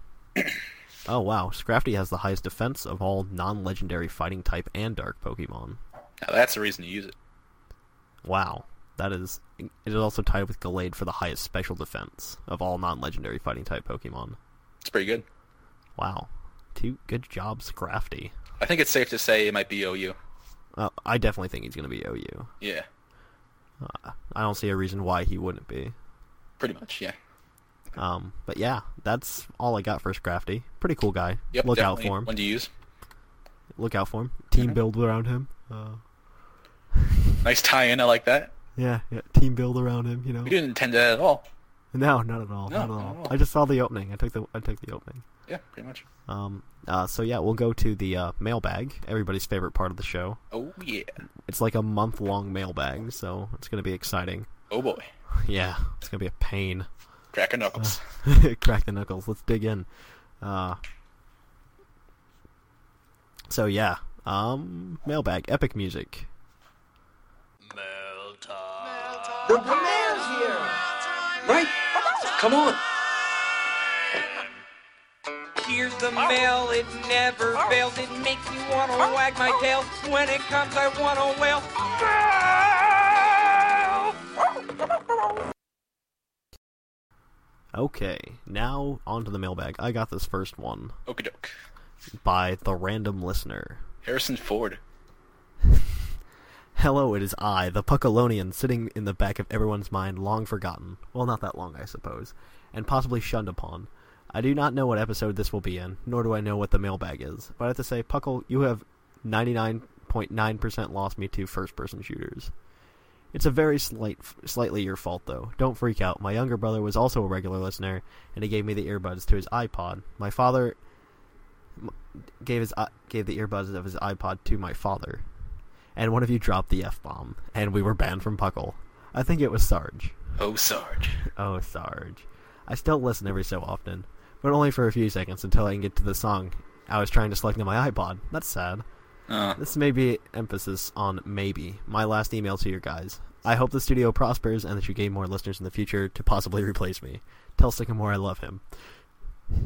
oh wow, Scrafty has the highest defense of all non-legendary fighting type and dark Pokemon. Now that's the reason to use it. Wow, that is. It is also tied with Gallade for the highest special defense of all non-legendary fighting type Pokemon. It's pretty good. Wow, two good job, Scrafty. I think it's safe to say it might be OU. Uh, I definitely think he's going to be OU. Yeah, I don't see a reason why he wouldn't be. pretty much. Yeah. Um, but yeah, that's all I got for Scrafty. Pretty cool guy. Yep. Look out definitely for Mm-hmm. him. One to use. Look out for him. Team build around him. Uh, Nice tie-in. I like that. yeah, yeah, team build around him. You know. We didn't intend that at all. No, not at all. No, not at all. not at all. I just saw the opening. I took the I took the opening. Yeah, pretty much. Um. Uh, so yeah, we'll go to the uh, mailbag. Everybody's favorite part of the show. Oh yeah. It's like a month long mailbag, so it's gonna be exciting. Oh boy. Yeah, it's gonna be a pain. Cracker knuckles. Crack the knuckles. Let's dig in. Uh. So yeah. Um. Mailbag. Epic music. The, the mail's here. Right? Come on. Here's the mail, it never fails. It makes me wanna wag my tail. When it comes, I wanna wail. Mail! Okay. Now onto the mailbag. I got this first one Okie doke. by the random listener. Harrison Ford. Hello, it is I, the Puckalonian, sitting in the back of everyone's mind, long forgotten. Well, not that long, I suppose, and possibly shunned upon. I do not know what episode this will be in, nor do I know what the mailbag is, but I have to say, Puckle, you have 99.9% lost me to first person shooters. It's a very slight, slightly your fault though. Don't freak out. My younger brother was also a regular listener, and he gave me the earbuds to his iPod. My father m- gave his i- gave the earbuds of his iPod to my father, and one of you dropped the f bomb, and we were banned from Puckle. I think it was Sarge. Oh, Sarge. Oh, Sarge. I still listen every so often, but only for a few seconds until I can get to the song I was trying to select on my iPod. That's sad. Uh, This may be emphasis on maybe. My last email to your guys. I hope the studio prospers and that you gain more listeners in the future to possibly replace me. Tell Sycamore I love him.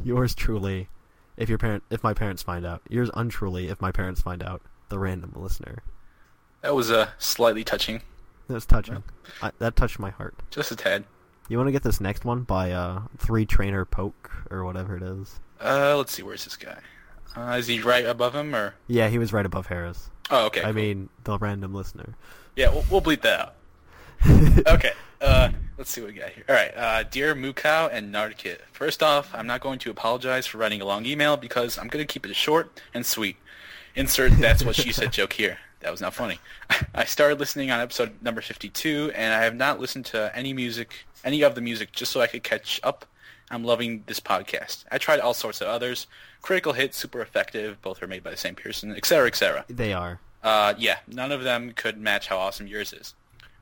Yours truly, if your parent, if my parents find out. Yours untruly, if my parents find out. The random listener. that was uh, slightly touching. That's touching. I, that touched my heart. Just a tad. You want to get this next one by uh, Three Trainer Poke or whatever it is. Uh, let's see, where's this guy? Uh, is he right above him, or? Yeah, he was right above Harris. Oh, okay. I mean, the random listener. Yeah, we'll, we'll bleep that out. okay, uh, let's see what we got here. All right, uh, dear Moo Cow and Nardkit. First off, I'm not going to apologize for writing a long email because I'm going to keep it short and sweet. Insert that's what she said joke here. That was not funny. I started listening on episode number 52, and I have not listened to any music, any of the music, just so I could catch up. I'm loving this podcast. I tried all sorts of others. Critical Hit, super effective. Both are made by the same person, etc., etc. They are. Uh, yeah, none of them could match how awesome yours is.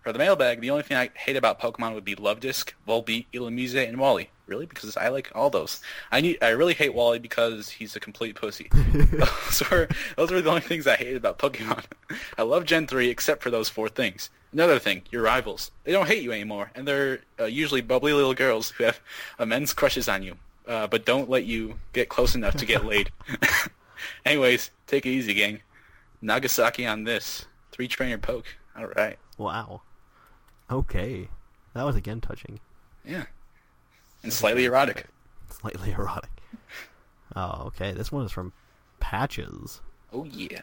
For the mailbag, the only thing I hate about Pokemon would be Love Disc, Volbeat, Illumise, and Wally. Really? Because I like all those. I need. I really hate Wally because he's a complete pussy. those were those were the only things I hated about Pokemon. I love Gen three except for those four things. Another thing, your rivals. They don't hate you anymore, and they're uh, usually bubbly little girls who have immense crushes on you, uh, but don't let you get close enough to get laid. Anyways, take it easy, gang. Nagasaki on this. Three trainer poke. All right. Wow. Okay. That was again touching. Yeah. And slightly erotic. Slightly erotic. Oh, okay. This one is from Patches. Oh yeah.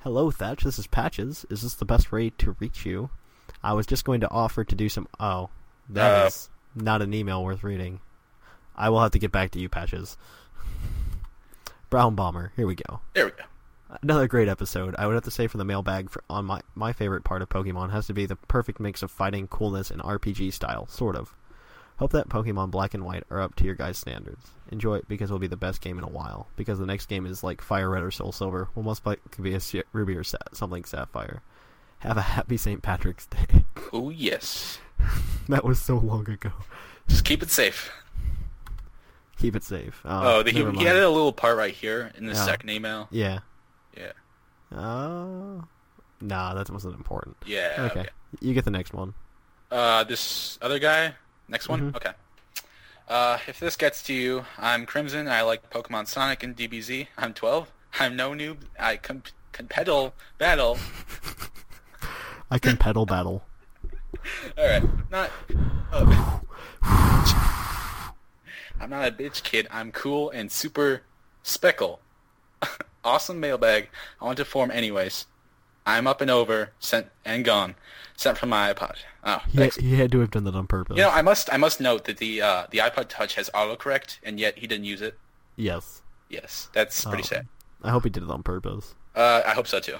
Hello, Thatch. This is Patches. Is this the best way to reach you? I was just going to offer to do some. Oh, that Uh. is not an email worth reading. I will have to get back to you, Patches. Brown Bomber. Here we go. There we go. Another great episode. I would have to say for the mailbag for, on my my favorite part of Pokemon has to be the perfect mix of fighting coolness and RPG style, sort of. Hope that Pokemon Black and White are up to your guys' standards. Enjoy it because it'll be the best game in a while. Because the next game is like Fire Red or Soul Silver. Well, most likely could be a Sa- Ruby or Sa- something Sapphire. Have a happy St. Patrick's Day. Oh yes. that was so long ago. Just keep it safe. Keep it safe. Oh, Oh, the, he, never he mind. added a little part right here in the Yeah. second email. Yeah. Yeah. Uh, nah, that wasn't important. Yeah. Okay. okay. You get the next one. Uh, this other guy. Next one. Okay. Uh, if this gets to you, I'm Crimson. I like Pokemon Sonic and DBZ. I'm 12. I'm no noob. I com- compedal battle. I can pedal battle. All right. Not. oh. I'm not a bitch kid. I'm cool and super speckle. awesome mailbag. I want to form anyways. I'm up and over. Sent and gone. Sent from my iPod. Oh, He, thanks. he had to have done that on purpose. You know, I must I must note that the uh, the iPod Touch has autocorrect, and yet he didn't use it. yes. Yes, that's pretty Oh. sad. I hope he did it on purpose. Uh, I hope so too.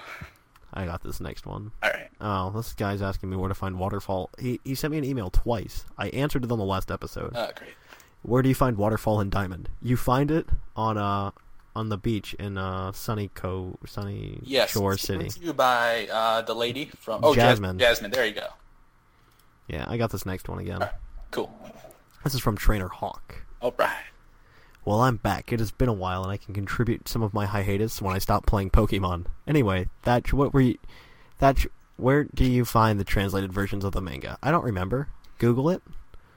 I got this next one. All right. Oh, this guy's asking me where to find Waterfall. He he sent me an email twice. I answered it on the last episode. Uh, great. where do you find Waterfall and Diamond? You find it on uh on the beach in uh Sunny Co Sunny Yes. Shore it's given City. To you by uh, the lady from oh Jas- Jasmine. Jasmine. There you go. Yeah, I got this next one Uh. again. Cool. This is from Trainer Hawk. All right. Well, I'm back. It has been a while, and I can contribute some of my hiatus when I stop playing Pokemon. Anyway, Thatch, what were you? Thatch, where do you find the translated versions of the manga? I don't remember. Google it.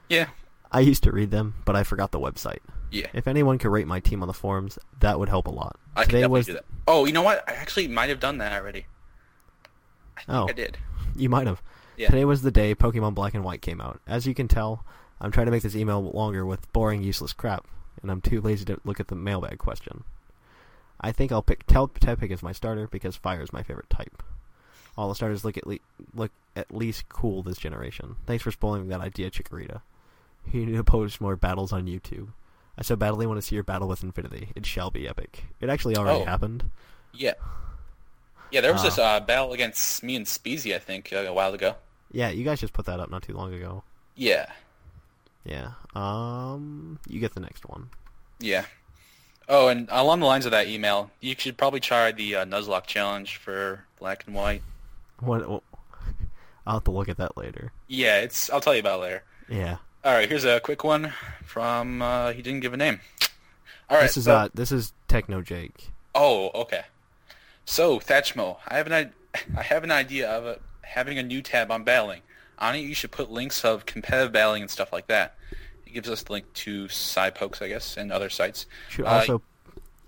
Yeah. I used to read them, but I forgot the website. Yeah. If anyone could rate my team on the forums, that would help a lot. I can Today definitely was do that. Oh, you know what? I actually might have done that already. I think Oh. I did. you might have. Yeah. Today was the day Pokemon Black and White came out. As you can tell, I'm trying to make this email longer with boring, useless crap, and I'm too lazy to look at the mailbag question. I think I'll pick Telpic as my starter because Fire is my favorite type. All the starters look at le- look at least cool this generation. Thanks for spoiling that idea, Chikorita. You need to post more battles on YouTube. I so badly want to see your battle with Infinity. It shall be epic. It actually already Oh. happened. Yeah. Yeah, there was this Ah. uh, battle against me and Speezy, I think, uh, a while ago. Yeah, you guys just put that up not too long ago. Yeah, Yeah. Um, you get the next one. yeah. Oh, and along the lines of that email, you should probably try the uh, Nuzlocke challenge for Black and White. What? what- I'll have to look at that later. Yeah, it's. I'll tell you about it later. Yeah. All right, here's a quick one from. Uh, he didn't give a name. All right. This is so- uh, this is Techno Jake. Oh, okay. So Thatchmo, I have an I, I have an idea of uh having a new tab on battling. On it, you should put links of competitive battling and stuff like that. It gives us the link to SciPokes, I guess, and other sites. Should Uh, also.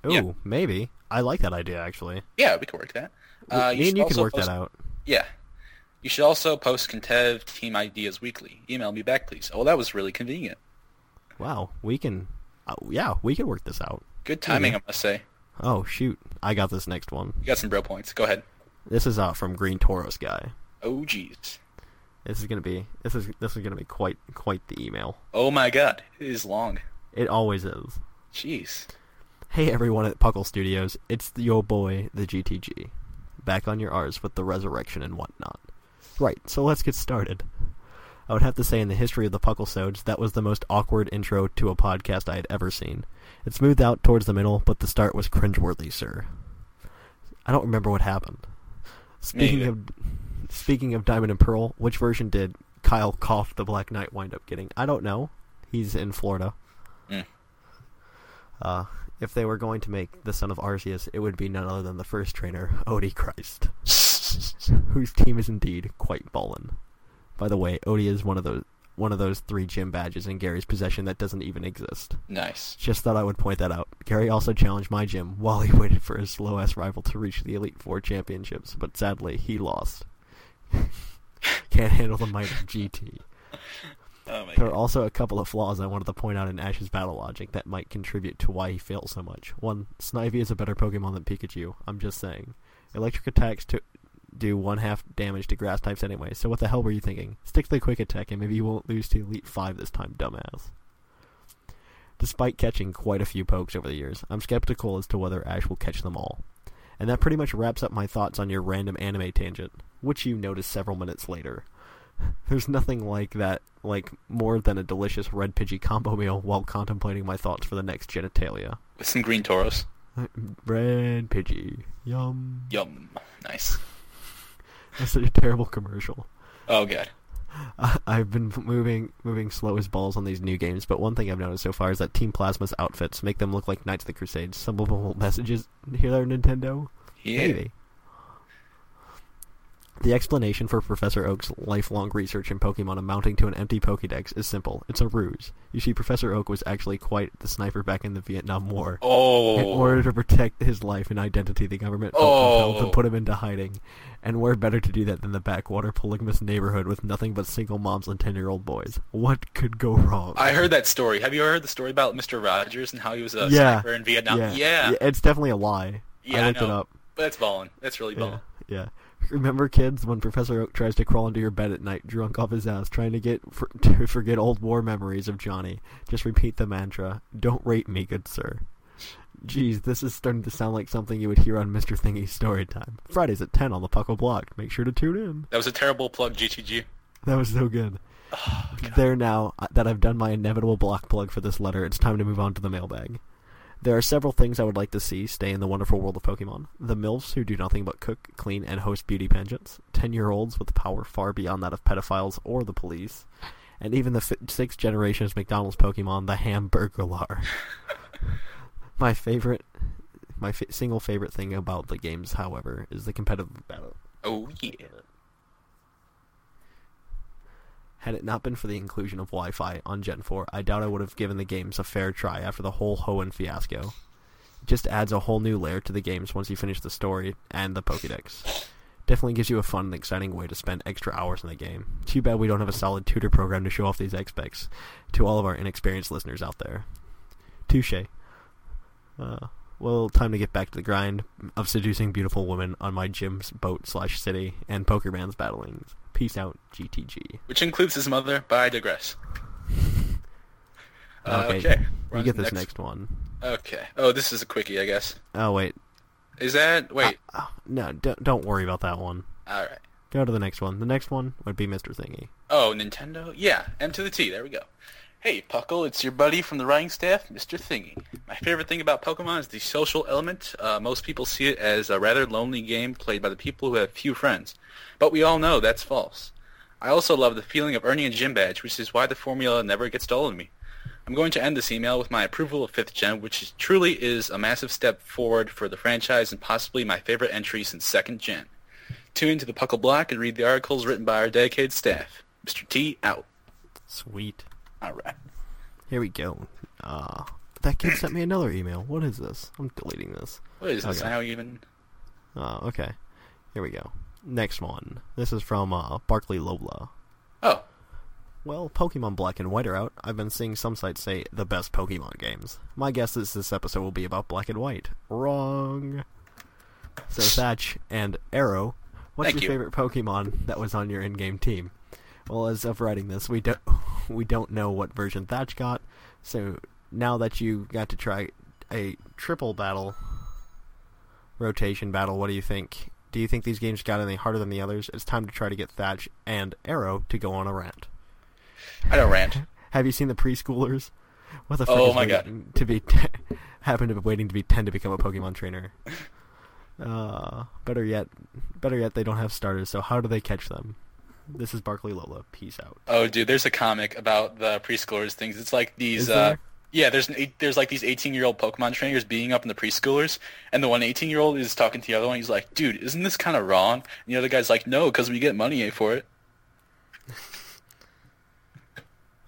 Ooh, yeah. maybe I like that idea actually. yeah, we could work that. Uh, Me should and you can also work post- that out. Yeah. You should also post competitive team ideas weekly. Email me back, please. Oh, that was really convenient. Wow, we can. Uh, yeah, we can work this out. Good timing, I must say. Oh shoot, I got this next one. You got some bro points. Go ahead. This is uh from Green Toros guy. Oh, jeez. This is gonna be this is this is gonna be quite quite the email. Oh my God, it is long. It always is. Jeez. Hey everyone at Puckle Studios, it's the- your boy, the GTG. Back on your R's with the resurrection and whatnot. Right, so let's get started. I would have to say in the history of the Puckle Sodes, that was the most awkward intro to a podcast I had ever seen. It smoothed out towards the middle, but the start was cringeworthy, sir. I don't remember what happened. Speaking either. of speaking of Diamond and Pearl, which version did Kyle cough the Black Knight wind up getting? I don't know. He's in Florida. Uh, if they were going to make the son of Arceus, it would be none other than the first trainer, Odie Christ, whose team is indeed quite ballin'. By the way, Odie is one of those one of those three gym badges in Gary's possession that doesn't even exist. Nice. Just thought I would point that out. Gary also challenged my gym while he waited for his slow ass rival to reach the Elite Four championships, but sadly he lost. Can't handle the might of GT. Oh my There are also a couple of flaws I wanted to point out in Ash's battle logic that might contribute to why he failed so much. One, Snivy is a better Pokemon than Pikachu. I'm just saying. Electric attacks to do one half damage to grass types anyway, so what the hell were you thinking? Stick to the quick attack and maybe you won't lose to Elite 5 this time, dumbass. Despite catching quite a few pokes over the years, I'm skeptical as to whether Ash will catch them all. And that pretty much wraps up my thoughts on your random anime tangent, which you notice several minutes later. There's nothing like that, like more than a delicious red Pidgey combo meal while contemplating my thoughts for the next genitalia. Uh, With some green toros. Red Pidgey. Yum. Yum. Nice. That's such a terrible commercial. Oh god. I- I've been moving moving slow as balls on these new games, but one thing I've noticed so far is that Team Plasma's outfits make them look like Knights of the Crusades. Subliminal messages here, there, Nintendo. Yeah. Maybe. The explanation for Professor Oak's lifelong research in Pokemon amounting to an empty Pokédex is simple. It's a ruse. You see, Professor Oak was actually quite the sniper back in the Vietnam War. In Oh. order to protect his life and identity, the government felt compelled Oh. to put him into hiding. And where better to do that than the backwater polygamous neighborhood with nothing but single moms and 10-year-old boys? What could go wrong? I heard that story. Have you heard the story about Mr. Rogers and how he was a sniper in Vietnam? Yeah. It's definitely a lie. Yeah, I looked know. it up. But that's balling. That's really Yeah, balling. yeah. Remember, kids, when Professor Oak tries to crawl into your bed at night, drunk off his ass, trying to get for, to forget old war memories of Johnny. Just repeat the mantra: "Don't rape me, good sir." Geez, this is starting to sound like something you would hear on Mister Thingy's Story Time Fridays at ten on the Puckle Block. Make sure to tune in. That was a terrible plug, GTG. That was so good. there now uh, that I've done my inevitable block plug for this letter, it's time to move on to the mailbag. There are several things I would like to see stay in the wonderful world of Pokemon. The MILFs who do nothing but cook, clean, and host beauty pageants. Ten-year-olds with power far beyond that of pedophiles or the police. And even the fi sixth generation's McDonald's Pokemon, the Hamburglar. my favorite, my fa- single favorite thing about the games, however, is the competitive battle. Oh yeah. Had it not been for the inclusion of Wi-Fi on Gen 4, I doubt I would have given the games a fair try after the whole Hoenn fiasco. It just adds a whole new layer to the games once you finish the story and the Pokédex. Definitely gives you a fun and exciting way to spend extra hours in the game. Too bad we don't have a solid tutor program to show off these aspects to all of our inexperienced listeners out there. Touche. Uh, well, time to get back to the grind of seducing beautiful women on my gym's boat slash city and Pokerman's battlings. Peace out, GTG. Which includes his mother, but I digress. Uh, Okay. okay. We're You on get to the this Uh, next- next one. Okay. Oh, this is a quickie, I guess. Oh wait. Is that wait? No, don't, don't worry about that one. all right. Go to the next one. The next one would be Mr. Thingy. Oh, Nintendo? Yeah, M to the T. There we go. Hey, Puckle, it's your buddy from the writing staff, Mr. Thingy. My favorite thing about Pokemon is the social element. Uh, most people see it as a rather lonely game played by the people who have few friends. But we all know that's false. I also love the feeling of earning a gym badge, which is why the formula never gets dull in me. I'm going to end this email with my approval of 5th Gen, which is, truly is a massive step forward for the franchise and possibly my favorite entry since 2nd Gen. Tune into the Puckle Block and read the articles written by our dedicated staff. Mr. T out. Sweet. All right. Here we go. Uh, that kid sent me another email. What is this? I'm deleting this. What is this? Okay. I don't even. Oh, okay. Here we go. Next one. This is from uh, Barkley Lola. Oh, Well, Pokemon Black and White are out. I've been seeing some sites say the best Pokemon games. My guess is this episode will be about Black and White. Wrong. So Thatch and Arrow, what's Thank your you. favorite Pokemon that was on your in-game team? Well, as of writing this, we don't we don't know what version Thatch got. So now that you got to try a triple battle rotation battle, what do you think? Do you think these games got any harder than the others? It's time to try to get Thatch and Arrow to go on a rant. I don't rant. Have you seen the preschoolers? What the fuck Oh is my waiting to be happen to be waiting to be ten to become a Pokemon trainer? Uh, better yet, better yet, they don't have starters. So how do they catch them? This is Barkley Lola. Peace out. Oh, dude, there's a comic about the preschoolers things. It's like these. Is Uh, there? yeah, there's an eight, there's like these 18 year old Pokemon trainers beating up on the preschoolers, and the one 18 year old is talking to the other one. He's like, "Dude, isn't this kind of wrong?" And the other guy's like, "No, because we get money for it."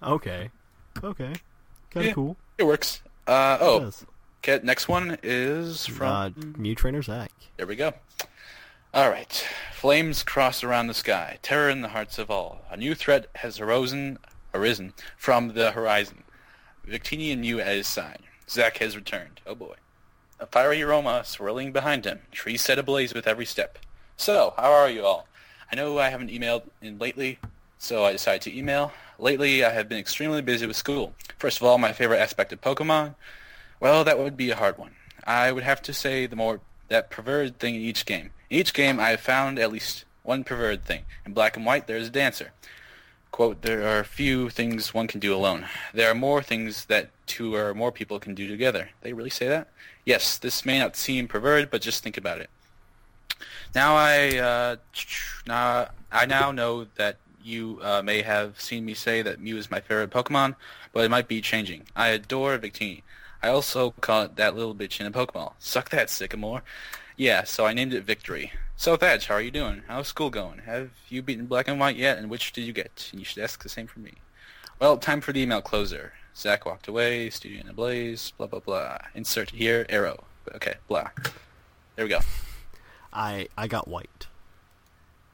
Okay, okay, kind of Yeah. cool. It works. Uh, oh, Yes. okay. Next one is from. uh, Mew Trainer Zach. There we go. All right. Flames cross around the sky, terror in the hearts of all. A new threat has arisen, arisen from the horizon. Victini and Mew at his side. Zack has returned. Oh boy. A fiery aroma swirling behind him, trees set ablaze with every step. So, how are you all? I know I haven't emailed in lately, so I decided to email. Lately, I have been extremely busy with school. First of all, my favorite aspect of Pokemon, well, that would be a hard one. I would have to say the more that perverted thing in each game. In each game, I have found at least one perverted thing. In Black and White, there is a dancer. Quote, there are few things one can do alone. There are more things that two or more people can do together. They really say that? Yes, this may not seem perverted, but just think about it. Now I uh, now I now know that you uh, may have seen me say that Mew is my favorite Pokemon, but it might be changing. I adore Victini. I also call it that little bitch in a Pokeball. Suck that, Sycamore. Yeah, so I named it Victory. So Thatch, how are you doing? How's school going? Have you beaten Black and White yet? And which did you get? And you should ask the same for me. Well, time for the email closer. Zach walked away. Studio in a blaze. Blah blah blah. Insert here arrow. Okay, blah. There we go. I I got white.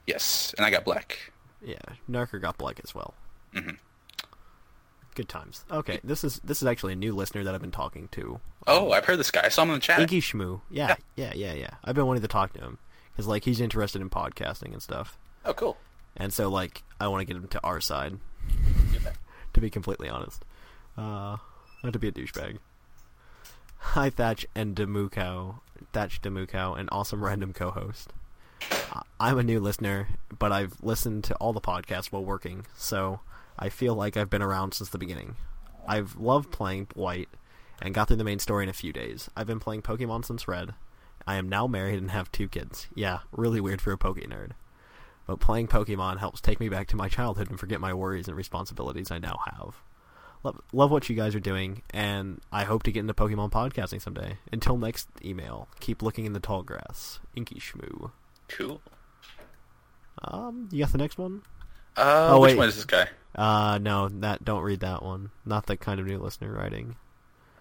Yes, and I got black. Yeah, Narker got black as well. Mm-hmm. Good times. Okay, this is this is actually a new listener that I've been talking to Oh, I've heard this guy. I saw him in the chat. Inky Shmoo. Yeah, yeah, yeah, yeah. I've been wanting to talk to him because like he's interested in podcasting and stuff, Oh, cool. and so like I want to get him to our side. to be completely honest, uh, not to be a douchebag. Hi Thatch and Demuko, Thatch Demuko, an awesome random co-host. I- I'm a new listener, but I've listened to all the podcasts while working, so I feel like I've been around since the beginning. I've loved playing White and got through the main story in a few days. I've been playing Pokemon since Red. I am now married and have two kids. Yeah, really weird for a Poke nerd. But playing Pokemon helps take me back to my childhood and forget my worries and responsibilities I now have. Love, love what you guys are doing, and I hope to get into Pokemon podcasting someday. Until next email, keep looking in the tall grass. Inky Shmoo. Cool. Um, you got the next one? Uh, Oh, which wait. one is this guy? Uh, no, that don't read that one. Not that kind of new listener writing.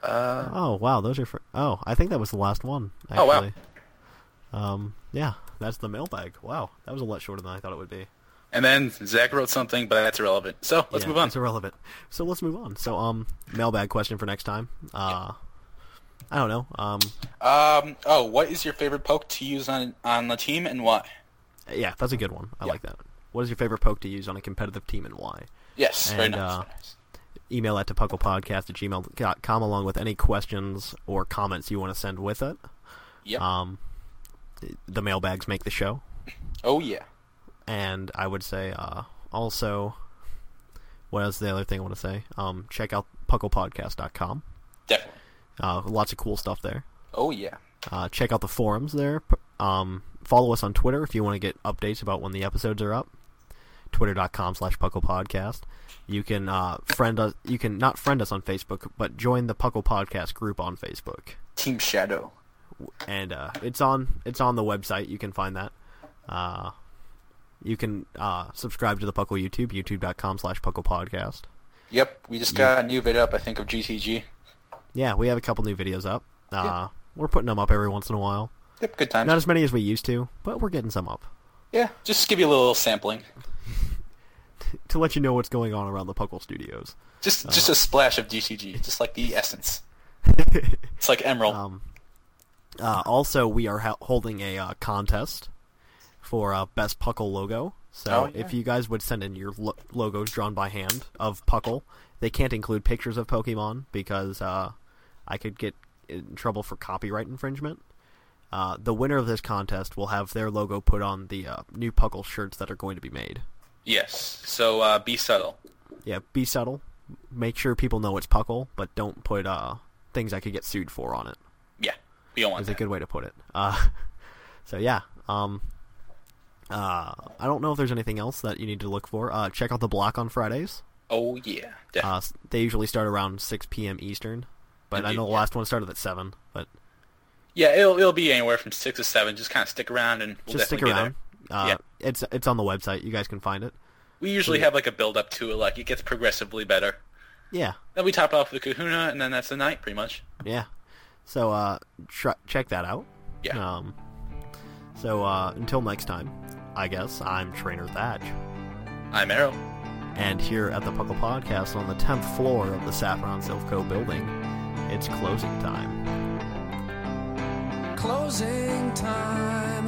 Uh, oh wow, those are for. Oh, I think that was the last one. Actually. Oh, wow. Um, yeah, that's the mailbag. Wow, that was a lot shorter than I thought it would be. And then Zach wrote something, but that's irrelevant. So let's Yeah, move on. It's irrelevant. So let's move on. So um, mailbag question for next time. Uh, I don't know. Um, Um, oh, what is your favorite poke to use on on the team and why? yeah, that's a good one. I like that. What is your favorite poke to use on a competitive team and why? Yes, very And, nice. uh, very nice. Email that to pucklepodcast at gmail.com along with any questions or comments you want to send with it. Yep. Um, the mailbags make the show. Oh yeah. and I would say uh, also, what else is the other thing I want to say? Um, check out pucklepodcast.com. Definitely. Uh, lots of cool stuff there. Oh yeah. Uh, check out the forums there. P- Um, follow us on Twitter if you want to get updates about when the episodes are up. Twitter.com slash pucklepodcast. You can uh, friend us. You can not friend us on Facebook, but join the Puckle Podcast group on Facebook. Team Shadow. and uh, it's on it's on the website. You can find that. Uh, you can uh, subscribe to the Puckle YouTube, youtube.com slash Puckle Podcast. Yep. We just got a new vid up. I think of GTG. Yeah, we have a couple new videos up. Uh, We're putting them up every once in a while. Yep. Good times. Not as many as we used to, but we're getting some up yeah. Just give you a little sampling. to let you know what's going on around the Puckle Studios. Just just Uh. a splash of GTG. Just like the essence. it's like Emerald. Um, Uh, also, we are ha- holding a uh, contest for uh, best Puckle logo. So Oh, yeah. if you guys would send in your lo- logos drawn by hand of Puckle, they can't include pictures of Pokemon because uh, I could get in trouble for copyright infringement. Uh, the winner of this contest will have their logo put on the uh, new Puckle shirts that are going to be made. yes. So uh, be subtle. Yeah, be subtle. Make sure people know it's Puckle, but don't put uh, things I could get sued for on it. Yeah. We don't want is a that. good way to put it. Uh, so yeah, um, uh, I don't know if there's anything else that you need to look for. Uh, check out the block on Fridays. Oh yeah. Definitely. Uh, s- they usually start around 6 p.m. Eastern, but I know the Yeah. last one started at seven. But Yeah, it'll it'll be anywhere from six to seven. Just kind of stick around and we'll just stick definitely around. be there. Uh, yeah, It's it's on the website. You guys can find it. we usually have like a build up to it. Like it gets progressively better. Yeah, Then we top off with the Kahuna, and then that's the night, pretty much. yeah. So uh, tr- check that out. Yeah. Um, so uh, until next time, I guess I'm Trainer Thatch. I'm Arrow. And here at the Puckle Podcast on the 10th floor of the Saffron Silk Co. building, it's closing time. Closing time.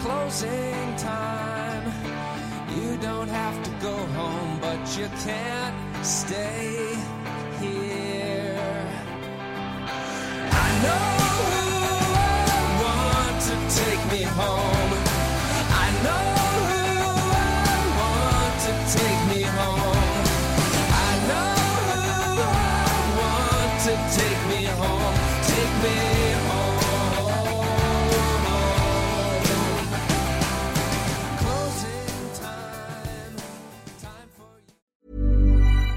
closing time. You don't have to go home, but you can't stay here. I know who I want to take me home. I know who I want to take me home. I know who I want to take me home. Take me home. Closing time. Time for you.